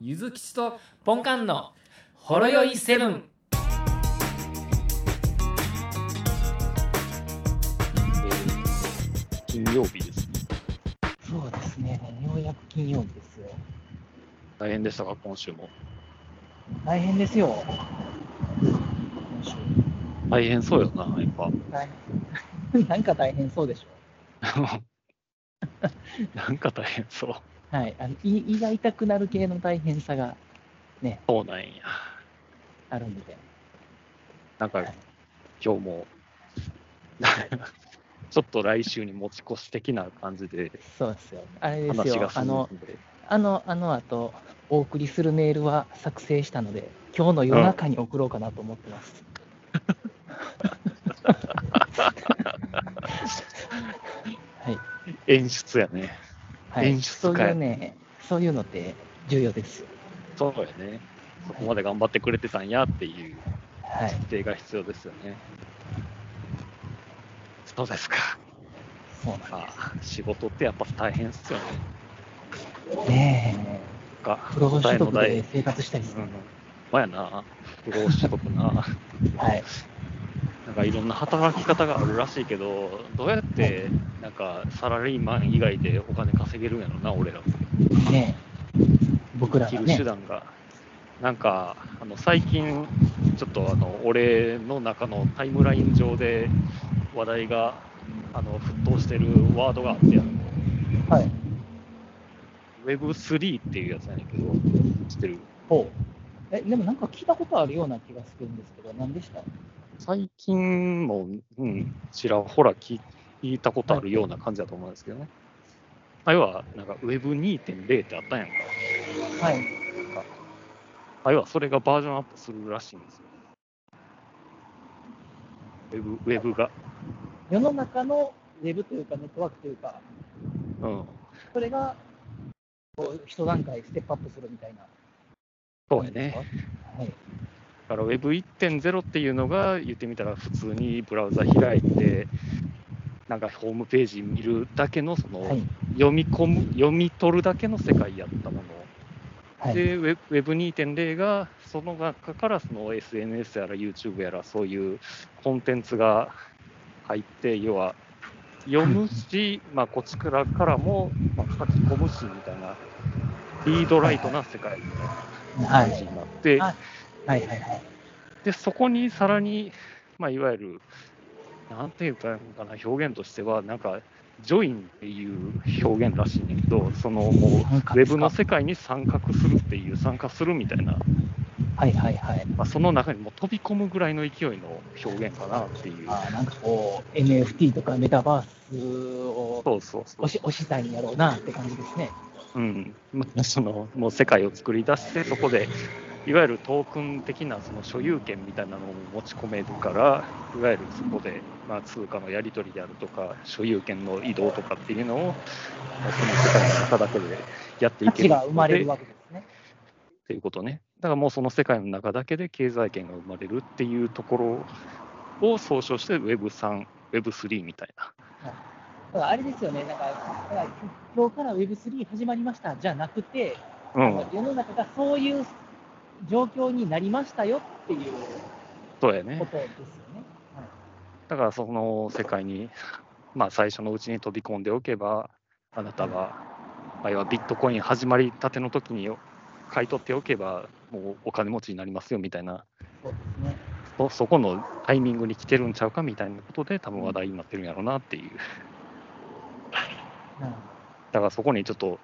ゆずきちとポンカンのほろよいセブン。金曜日ですね。そうですね、ようやく金曜日ですよ。大変でしたか、今週も。大変ですよ。今週 大変そうよな、やっぱ。大変なんか大変そうでし なんか大変そう。ょ。はい、あの胃胃が痛くなる系の大変さがそうなんや。あるんで、なんか、今日も、 ちょっと来週に持ち越し的な感じでそうですよ。あれです話がよ、あ進のん、で、あの、あの後、お送りするメールは作成したので、今日の夜中に送ろうかなと思っ てます。はい、演出やね。はい、演出そう会いうね、そういうのって重要ですよ。そうやね。そこまで頑張ってくれてたんやっていうはい、否定が必要ですよね。そうですか。そうなんまあ、仕事ってやっぱ大変っすよね。ねえ。か不労所得答えで生活したりすうるん。まあやな。不労所得な。はい。なんかいろんな働き方があるらしいけど、どうやってなんかサラリーマン以外でお金稼げるんやろな、俺ら。ねえ僕ら生きがるね手。段が。なんかあの最近、ちょっとあの俺の中のタイムライン上で話題があの沸騰してるワードがあって、はい。 Web3 っていうやつやねんけど、知ってるほう。え、でもなんか聞いたことあるような気がするんですけど、何でした最近も、うん、ちらほら聞いたことあるような感じだと思うんですけどね。あ要は、なんか Web2.0 ってあったんやんか。はい。あ要は、それがバージョンアップするらしいんですよ。ウェブウェブが。世の中のウェブというかネットワークというか、うん。それが、こう、一段階ステップアップするみたいな。そうやね。。はい。だから Web1.0 っていうのが、言ってみたら、普通にブラウザ開いて、なんかホームページ見るだけの、その、はい。読み込む、読み取るだけの世界やったもの。はい。で、ウェブ Web2.0 が、その中からその SNS やら YouTube やらそういうコンテンツが入って、要は読むし、まあ、こっちからからも、まあ、書き込むしみたいな、リードライトな世界みたいなは感じい。になって、はいはい。はい。はい。でそこにさらに、まあ、いわゆる、なんていうかかな、表現としては、なんか、ジョインっていう表現らしいねんだけど、そのもう、ウ参加でェすブかの世界に参画するっていう、参加するみたいなはい。はい。はい。まあ、その中にもう飛び込むぐらいの勢いの表現かなっていう。あーなんかこう、NFT とかメタバースをそうそうそおう。し、おしたいんやろうなって感じですね。うん。まあその、もう世界を作り出して、そこで、いわゆるトークン的なその所有権みたいなのを持ち込めるから、いわゆるそこで、まあ、通貨のやり取りであるとか、所有権の移動とかっていうのを、まあその世界の中だけでやってい価け値るが生まれのるでわけですね。っていうことね。だからもうその世界の中だけで経済圏が生まれるっていうところを総称して Web3、Web3 みたいな。だからあれですよね、なんか、だから今日から Web3 始まりましたじゃなくて、うん、世の中がそういう状況になりましたよっていうそうやこね。とですよね。だからその世界に、 まあ、最初のうちに飛び込んでおけば、あなたは、まあ、要はビットコイン始まりたての時に買い取っておけば、もうお金持ちになりますよみたいな、そうですね。そそこのタイミングに来てるんちゃうかみたいなことで、多分話題になってるんやろうなっていう。うんだからそこにちょっと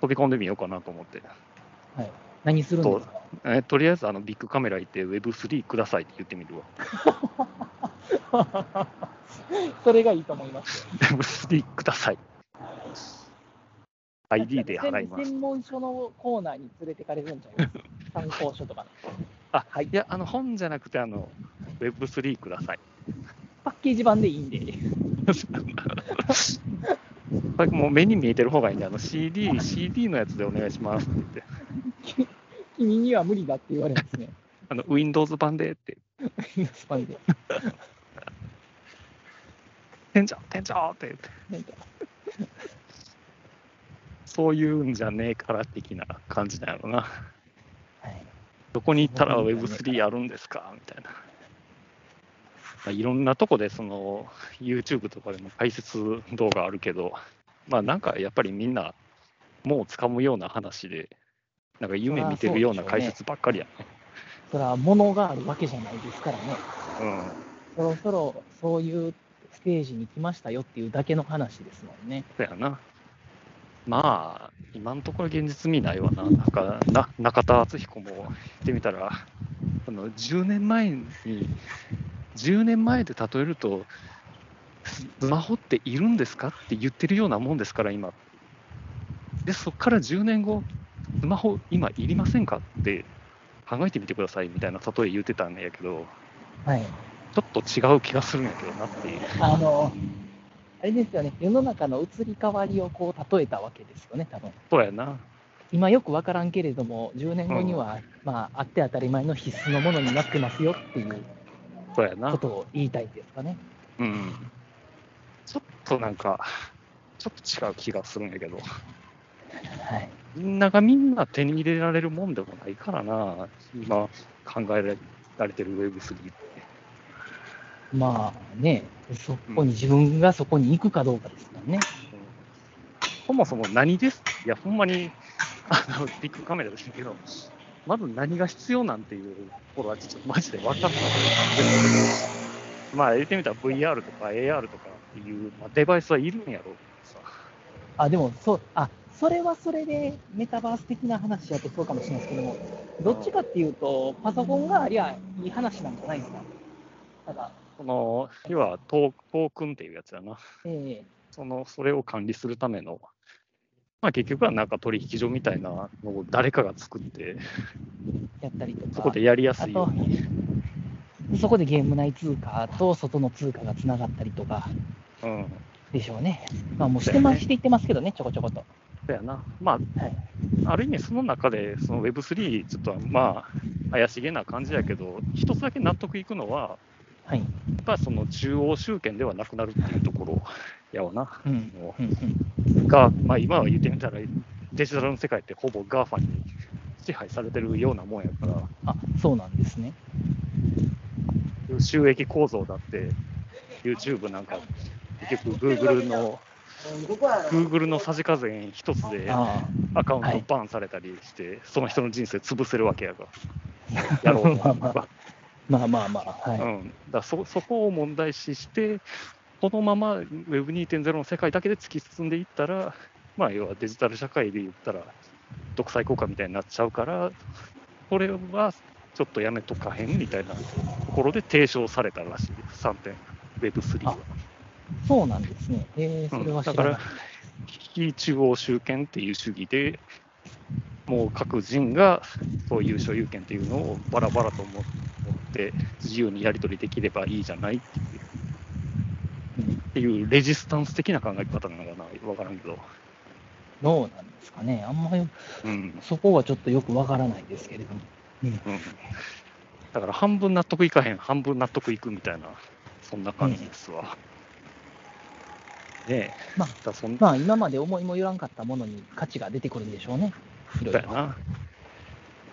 飛び込んでみようかなと思って。何するんですかえとりあえずあのビッグカメラ行って Web3 くださいって言ってみるわ。 それがいいと思いますよ。 Web3 ください。ID で払います。専門書のコーナーに連れてかれるんちゃいます参考書とかの。あ、はいいや、あの、本じゃなくて、あの、Web3 ください。パッケージ版でいいんで。 これもう目に見えてる方がいいんで、あの、CD、CD のやつでお願いしますって言って、君には無理だって言われます ね。あの、Windows 版でって、スパイで。店長、店長って言って、 なんかそういうんじゃねえから的な感じだよな。どこに行ったら Web3 やるんですかみたいな。まあ、いろんなとこでその YouTube とかでも解説動画あるけど、まあなんかやっぱりみんなもう掴むような話で、なんか夢見てるような解説ばっかりやね。それは物があるわけじゃないですからね。そろそろそういうステージに来ましたよっていうだけの話ですもんね。うん、だよな。まあ、今のところ現実味ないわな。なんかな中田敦彦も言ってみたら、あの10年前に、10年前で例えると、スマホっているんですかって言ってるようなもんですから、今。で、そこから10年後、スマホ今いりませんかって考えてみてくださいみたいな例え言ってたんやけど、はい。ちょっと違う気がするんやけどなっていう。あの、あれですよね。世の中の移り変わりをこう例えたわけですよね、多分。そうやな。今よくわからんけれども、10年後には、まあ、あって当たり前の必須のものになってますよっていうそうやこな。とを言いたいですかね。うん。ちょっとなんか、ちょっと違う気がするんやけど、はい。みんながみんな手に入れられるもんでもないからな、今考えられてる Web3 って。まあね、そこに自分がそこに行くかどうかですからね。そもそも何ですいや、ほんまに、あの、ビッグカメラですけど、まず何が必要なんていうところは、ちょっとマジで分かんない。まあ、言ってみたら VR とか AR とかっていう、まあ、デバイスはいるんやろうけどさ。あ、でも、そう、あ、それはそれでメタバース的な話やとそうかもしれないですけども、どっちかっていうと、パソコンがありゃいい話なんじゃないですか。ただ、この、要はトートークンっていうやつだな。えその、それを管理するための、まあ結局はなんか取引所みたいなのを誰かが作って、ーやったりとか。そこでやりやあすいよとうに。、そこでゲーム内通貨と外の通貨がつながったりとかうん。でしょうね。まあもうしてま、していってますけどね、ちょこちょこと。だよな。まはいあ、ある意味その中で、その Web3、ちょっとまあ、怪しげな感じやけど、一つだけ納得いくのは、はい。やっぱその中央集権ではなくなるっていうところやわな。うん。もうんうん、うが、まあ今は言ってみたら、デジタルの世界ってほぼ GAFA に支配されてるようなもんやから、あ、そうなんですね。収益構造だって、YouTube なんか、結局 Google の、Google のさじ加減一つであアカウントバンされたりして、その人の人生潰せるわけやから、やろ うと思えばあ、まあまあまあ、はい。うん、だからそそこを問題視して、このまま Web2.0 の世界だけで突き進んでいったら、まあ、要はデジタル社会で言ったら、独裁国家みたいになっちゃうから、これはちょっとやめとかへんみたいなところで提唱されたらしいです、3点、Web3 は。そうなんですね。えー、それうんはだ知からない。ら、非中央集権っていう主義で、もう各人がそういう所有権っていうのをバラバラと思って、自由にやり取りできればいいじゃないっていううんっていうレジスタンス的な考え方なのかな、わからんけど。どうなんですかね。あんまり、うん。そこはちょっとよくわからないですけれども。うん、だから半分納得いかへん、半分納得いくみたいな、そんな感じですわ。ねえ。まあだからそんまあ、今まで思いもよらんかったものに価値が出てくるんでしょうね。いろいだよろ。な。ま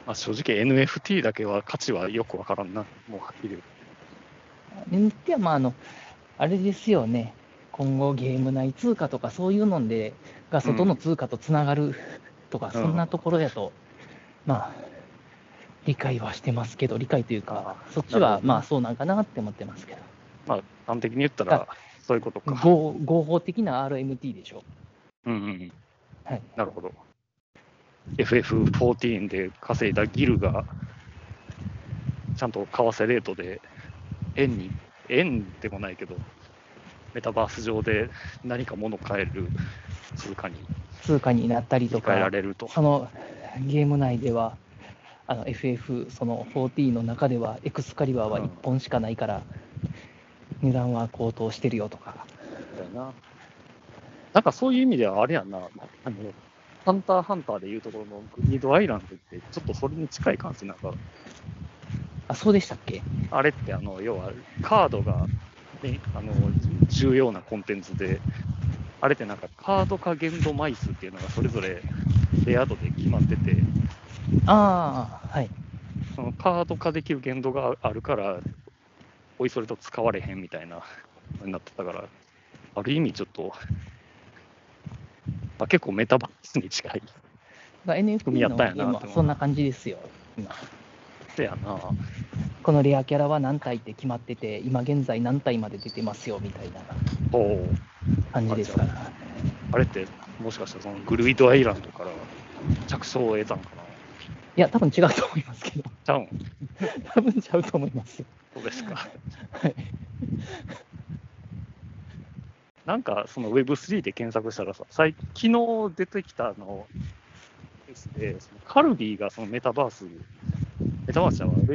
あ、正直 NFT だけは価値はよくわからんな。もうはっきり言う。うんで、まあ、あの、あれですよね。今後ゲーム内通貨とかそういうので、が外の通貨とつながるとか、んそんなところやと、まあ、理解はしてますけど、理解というか、そっちなるはほどまあそうなんかなって思ってますけど。まあ、端的に言ったら、そういうことか。合合法的な RMT でしょ。うんうん。はい。なるほど。FF14 で稼いだギルが、ちゃんと為替レートで、円に、円でもないけど、メタバース上で何か物を買える通貨に通貨になったりと変えらか、れると。そのゲーム内では、あの FF、その14の中では、エクスカリバーはうん1本しかないから、値段は高騰してるよとか、だよな。なんかそういう意味ではあれやんな、あの、ハンターハンターでいうところのグリードアイランドって、ちょっとそれに近い感じなんか、あ、そうでしたっけあれってあの、要はカードが、ね、あの、重要なコンテンツで、あれってなんかカードか限度枚数っていうのがそれぞれレア度で決まってて、ああ、はい。そのカード化できる限度があるから、おいそれと使われへんみたいなのになってたから、ある意味ちょっと、まあ、結構メタバースに近い。だから NFT 組み合のっゲたんやなームはと思うそんな感じですよ、今。せやな。このレアキャラは何体って決まってて、今現在何体まで出てますよみたいなおう感じですから。あれって、もしかしたらそのグルイドアイランドから着想を得たんかな。いや、多分違うと思いますけど、ちゃうん、多分ちゃうと思いますよ。そうですか。はいなんかその Web3 で検索したらさ、最昨日出てきたあのニュースで、そのカルビーがそのメタバース、メタバースじゃないウェブ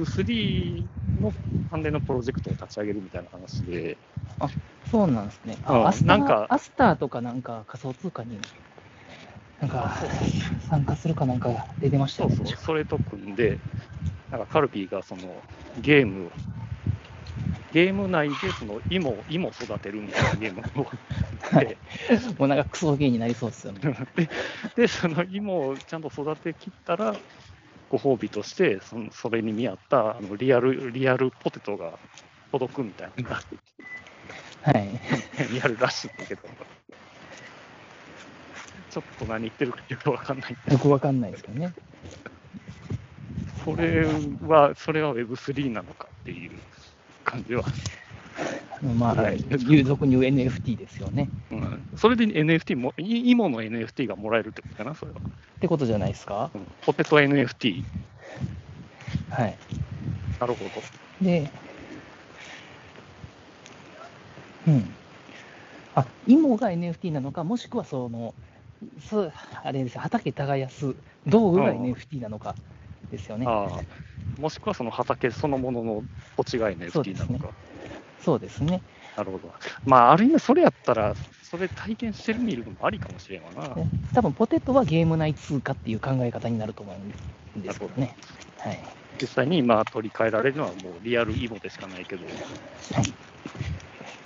え Web3 の関連のプロジェクトを立ち上げるみたいな話で、そうなんですね。うんあ、アスタなーんかアスターとかなんか仮想通貨に、なんか参加するかなんか出てましたそようそね。う、確かそれと組んで、なんかカルビーがそのゲームを、ゲーム内でその芋を芋を育てるみたいなゲームをはいもうなんかクソゲーになりそうですよね。で、その芋をちゃんと育てきったら、ご褒美として、そのそれに見合ったあのリアルリアルポテトが届くみたいな、はい。 リアルらしいんだけど、ちょっと何言ってるかよくわかんないんだけよくわかんないですけどね。ど、それは、それは Web3 なのかっていう感じは、まあ、はい有俗に言う NFT ですよね。うん、それで NFT も、い芋の NFT がもらえるってことかな、それは。ってことじゃないですか。うんポテト NFT、はい。なるほど。で、うん。あ、芋が NFT なのか、もしくはその、そうあれですよ畑耕す道具がうん NFT なのかですよね。ああもしくはその畑そのものの土地が NFT なそうでのすか。そうですね。なるほど。まあ、ある意味、それやったら、それ体験してみるのもありかもしれんわな。ね多分ポテトはゲーム内通貨っていう考え方になると思うんですけどね。はい。実際に今、取り替えられるのは、もうリアルイボでしかないけど、はい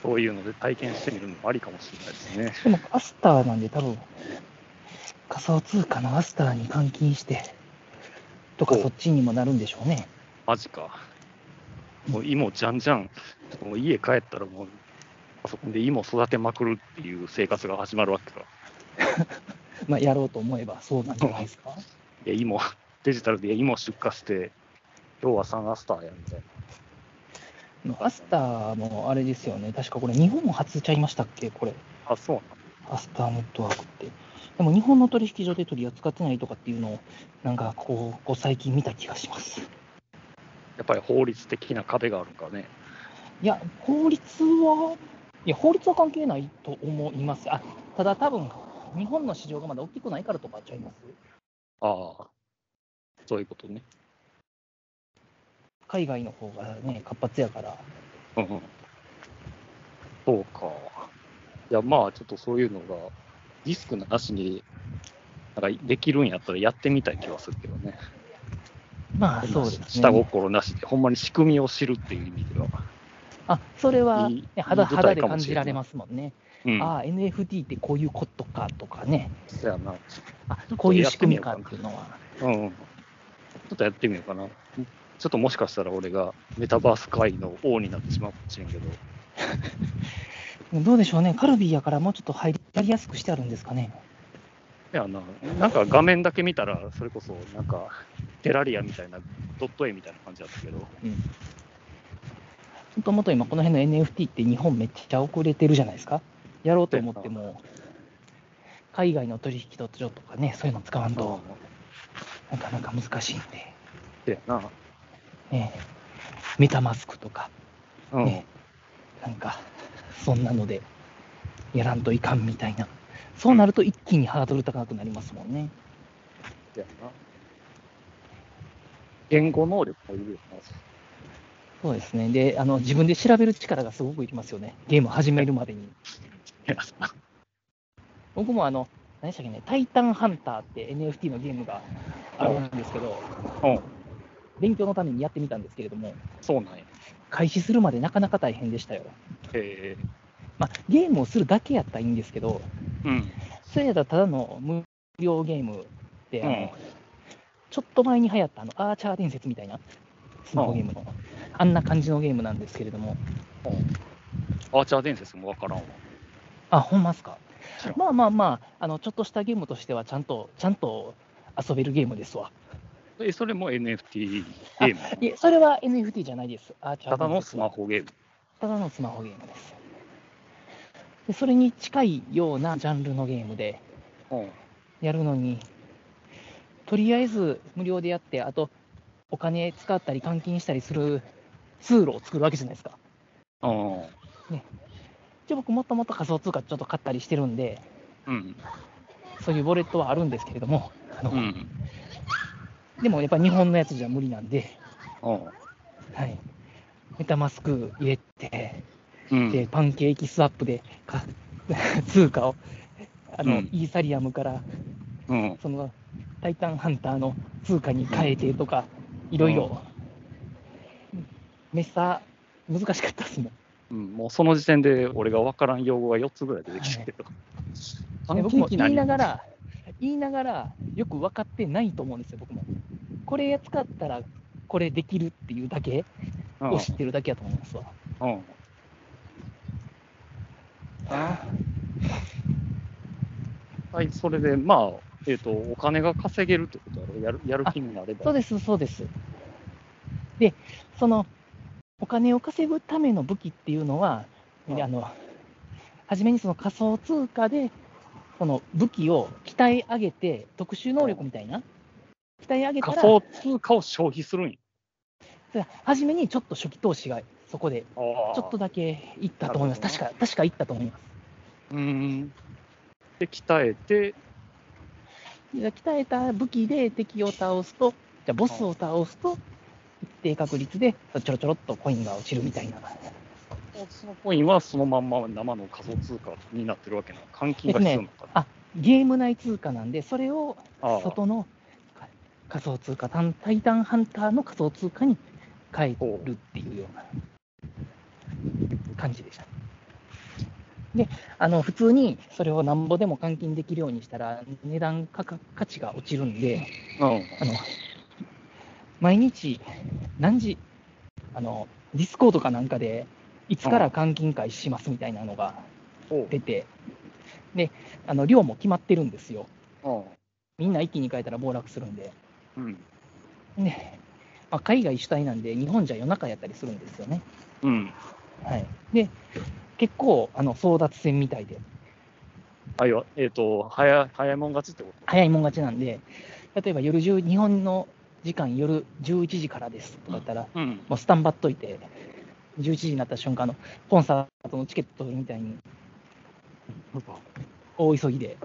そういうので体験してみるのもありかもしれないですね。でもアスターなんで多分仮想通貨のアスターに換金してとかおそっちにもなるんでしょうね。マジか。もう芋じゃんじゃん、ちょっともう家帰ったら、もう、パソコンで芋育てまくるっていう生活が始まるわけか。まあやろうと思えばそうなんじゃないですか。で、芋、デジタルで芋出荷して、今日はサンアスターやみたいな。アスターもあれですよね。確かこれ日本も初ちゃいましたっけこれ。あ、そうなんアスターネットワークって。でも日本の取引所で取り扱ってないとかっていうのをなんかこうここ最近見た気がします。やっぱり法律的な壁があるんかね。いや、法律は、いや、法律は関係ないと思います。あただ、多分日本の市場がまだ大きくないからとかちゃいます。ああ、そういうことね。海外の方がね、活発やから。うんうん、そうか。いや、まあ、ちょっとそういうのが、リスクなしに、なんかできるんやったらやってみたい気はするけどね。まあ、そうです下ね。心なしで、ほんまに仕組みを知るっていう意味では。あそれはいいね、肌いい舞肌台でかも感しじれんられますもんね。うん、ああ、NFT ってこういうことかとかね、そやな。あこういう仕組みかっていうのは。うんうん。ちょっとやってみようかな。ちょっともしかしたら俺がメタバース界の王になってしまうかもしれんけど、どうでしょうね、カルビーやからもうちょっと入りやりやすくしてあるんですかね。いやな、なんか画面だけ見たら、それこそなんかテラリアみたいな、ドット絵みたいな感じだったけど、もともと今、この辺の NFT って日本めっちゃ遅れてるじゃないですか。やろうと思っても、海外の取引ととかね、そういうの使わんどうとも。なかなか難しいんで、せやな。ね、メタマスクとか、うん。ねなんか、そんなので、やらんといかんみたいな。そうなると一気にハードル高くなりますもんね。せやな。言語能力もいるよそうですね。で、あの、自分で調べる力がすごくいりますよね。ゲーム始めるまでに。な。いやさ僕もあの、何でしたっけね、タイタンハンターって NFT のゲームがあるんですけど、うん。勉強のためにやってみたんですけれども、そうなんや。開始するまでなかなか大変でしたよ。えまあ、ゲームをするだけやったらいいんですけど、えうん。それやったらただの無料ゲームで、あのうんちょっと前に流行ったあのアーチャー伝説みたいなスマホゲームの、あんな感じのゲームなんですけれども、アーチャー伝説もわからんわ。あ、ほんまっすか知らん。まあまあまあ、あのちょっとしたゲームとしては、ちゃんと、ちゃんと遊べるゲームですわ。え、それも NFT ゲームいえ、それは NFT じゃないです。アーチャーただのスマホ。ホゲーム。ただのスマホゲームです。でそれに近いようなジャンルのゲームで、うんやるのに、とりあえず無料でやって、あとお金使ったり換金したりする通路を作るわけじゃないですか。うん。一応僕もっともっと仮想通貨ちょっと買ったりしてるんで、うん。そういうウォレットはあるんですけれども、あのうん。でもやっぱり日本のやつじゃ無理なんで、うんはい、メタマスク入れて、うん。でパンケーキスワップでか 通貨をあの、うんイーサリアムからうん。そのタイタンハンターの通貨に変えてとか、いろいろ、めっさ、難しかったですもん。うん、もうその時点で俺が分からん用語が4つぐらい出てき たけど。パンケ僕ーもキ言何いながら、言いながら、よく分かってないと思うんですよ、僕も。これ使ったら、これできるっていうだけうんを知ってるだけやと思いますわ。うん。あはい、それで、まあ、えっ、と、お金が稼げるってことだろやる、やる気になれば。そうです、そうです。で、その、お金を稼ぐための武器っていうのは、うんあの、初めにその仮想通貨で、その武器を鍛え上げて、特殊能力みたいな、鍛え上げた仮ら、想通貨を消費するんや。初めにちょっと初期投資がそこで、ちょちょっとだけいったと思います。なる確ほどか、確かいったと思います。うん。で、鍛えて、で鍛えた武器で敵を倒すと、じゃあボスを倒すと、一定確率でちょろちょろっとコインが落ちるみたいな。そのコインはそのまんま生の仮想通貨になってるわけなの。換金が必要なのかな。ゲーム内通貨なんで、それをああ外のか仮想通貨、タンタイタンハンターの仮想通貨に変えるっていうような感じでした。で、あの普通にそれをなんぼでも換金できるようにしたら、値段価格価値が落ちるんで、うん。あの毎日、何時あの、ディスコードかなんかで、いつから換金会しますみたいなのがおう出て、であの量も決まってるんですよ。うみんな一気に変えたら暴落するんで、ん。うん。ねまあ、海外主体なんで、日本じゃ夜中やったりするんですよね。うん。はい、で、結構あの争奪戦みたいで、あ、いや、えっ、と、早い、早いもん勝ちってこと早いもん勝ちなんで、例えば夜10、日本の時間、夜11時からですとかだったら、うん。もうスタンバっといて、11時になった瞬間のコンサートのチケット取るみたいに、大急ぎ で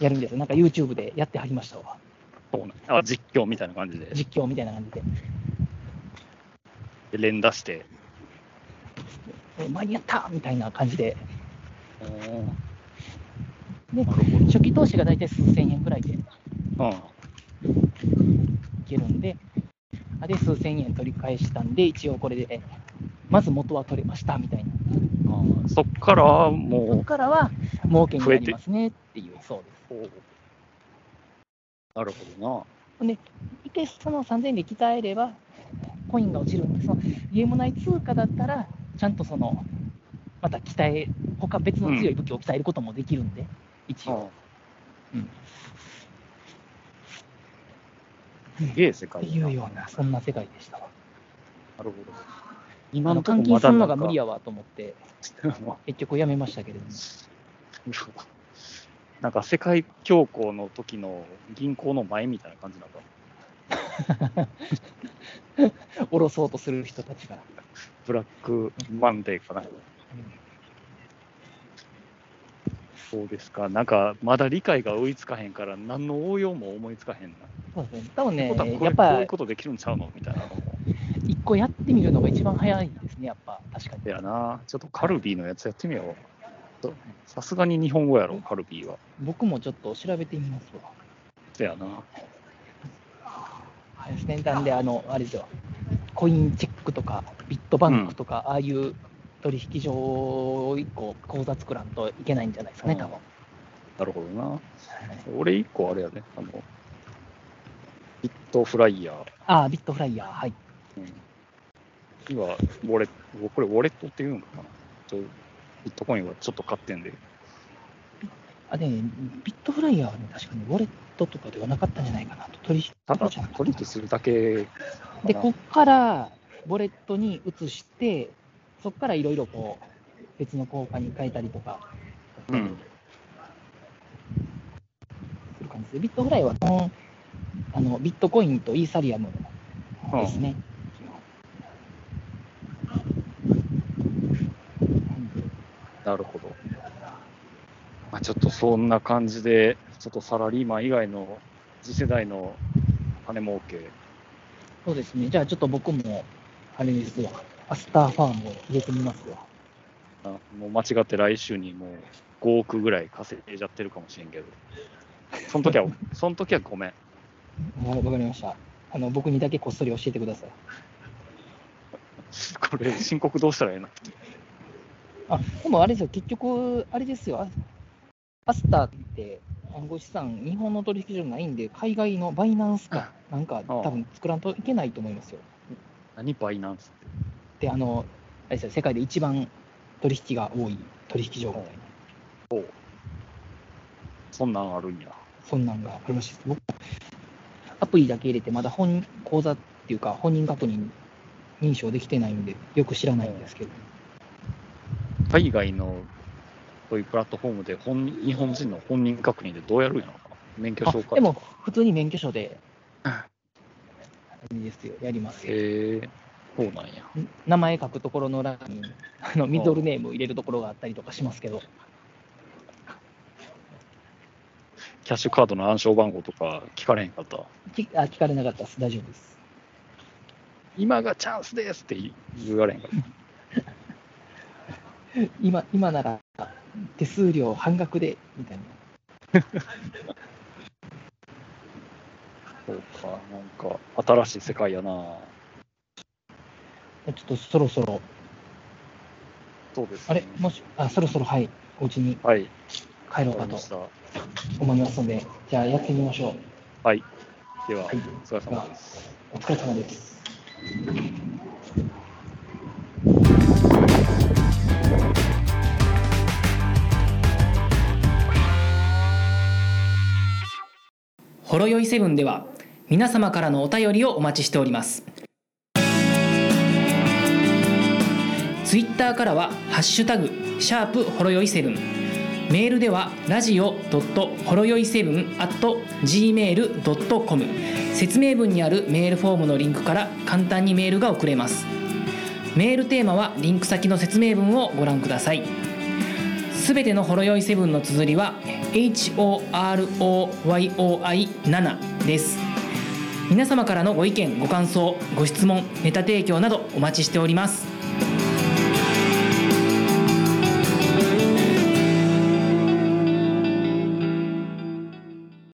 やるんですよ、なんか YouTube でやってはりましたわ。そうなんあ実況みたいな感じで、実況みたいな感じで、で連打して、え間に合ったみたいな感じで、でなるほど初期投資が大体数千円ぐらいでいうん、けるんで、あで、数千円取り返したんで、一応これで、まず元は取れましたみたいな、あそっからはそこもからは儲けになりますねっていう、そうです。う、なるほ一回その3000円で鍛えれば、コインが落ちるんで、そのゲーム内通貨だったら、ちゃんとその、また鍛え、他別の強い武器を鍛えることもできるんで、一どな、応。うん、すげえ世っ界てだないうような、そんな世界でしたわ。なるほど。あ今ののとこ換金ますだるなのんかが無理やわと思って、結局やめましたけれども。 なんか世界恐慌の時の銀行の前みたいな感じなんだ。下ろそうとする人たちが。ブラックマンデーかな。そうですか。なんか、まだ理解が追いつかへんから、何の応用も思いつかへんな。そうですね。多分ねってことは、こやれこっうぱいうことできるんちゃうのみたいなのも。一個やってみるのが一番早いですね、やっぱ、確かに。やな。ちょっとカルビーのやつやってみよう。とさすがに日本語やろ、カルビーは。僕もちょっと調べてみますわ。せやな。はい、先端で、あの、あれですよ、コインチェックとか、ビットバンクとか、ああいう取引所を一個口座作らんといけないんじゃないですかね、うん多分。なるほどな。俺一個あれやね、あの、ビットフライヤー。ああ、ビットフライヤー、はい。うん今、ウォレこれ、ウォレットっていうのかなちょビットコインはちょっと買ってんで。あ、で、ビットフライヤーはね、確かにウォレットとかではなかったんじゃないかなと。取引ただ、じゃなかった取引するだけで、こっから、ウォレットに移して、そこからいろいろこう、別の硬貨に変えたりとか、うん。する感じで、ビットフライヤーはこの、あの、ビットコインとイーサリアムうんですね。なるほど。まあ、ちょっとそんな感じで、ちょっとサラリーマン以外の次世代の金儲け、そうですね。じゃあちょっと僕も、あれですわ。アスターファームを入れてみますわ。あもう間違って来週にもう5億ぐらい稼いじゃってるかもしれんけど、その時 は、その時はごめん。わわかりました。あの、僕にだけこっそり教えてください。これ、申告どうしたらええな。あ、でもあれですよ。結局、あれですよ。あアスターって暗号資産、日本の取引所じゃないんで、海外のバイナンスか、なんかああ多分作らんといけないと思いますよ。何バイナンスって。で、あの、あれですよ。世界で一番取引が多い取引所みたいな。そんなんあるんや。そんなんがあるらしいです。僕、アプリだけ入れて、まだ本口座っていうか、本人確認認証できてないんで、よく知らないんですけど、海外のそういうプラットフォームで本人日本人の本人確認でどうやるんやろな。免許あ証か。でも、普通に免許証で、いいですよ、やりますよ。へえ、そうなんや。ん名前書くところの欄に、あのミドルネーム入れるところがあったりとかしますけど、キャッシュカードの暗証番号とか聞かれへんかった。きあ聞かれなかったです、大丈夫です。今がチャンスですって言われへんかった。今今なら手数料半額でみたいな。そうか、なんか新しい世界やな。ちょっとそろそろ、そうです、あれ、もし、あそろそろはい、お家にはい、帰ろわかりまうかとした。思いますので、じゃあやってみましょう。はい、では、はいお疲れ様です。お疲れ様です。ほろよいセブンでは皆様からのお便りをお待ちしておりますツイッターからは「ハッシュタグシャープほろよいセブン」メールではラジオドットほろよいセブン at gmail.com 説明文にあるメールフォームのリンクから簡単にメールが送れますメールテーマはリンク先の説明文をご覧くださいすべてのほろ酔いセブンの綴りは HOROYOI7 です皆様からのご意見ご感想ご質問ネタ提供などお待ちしております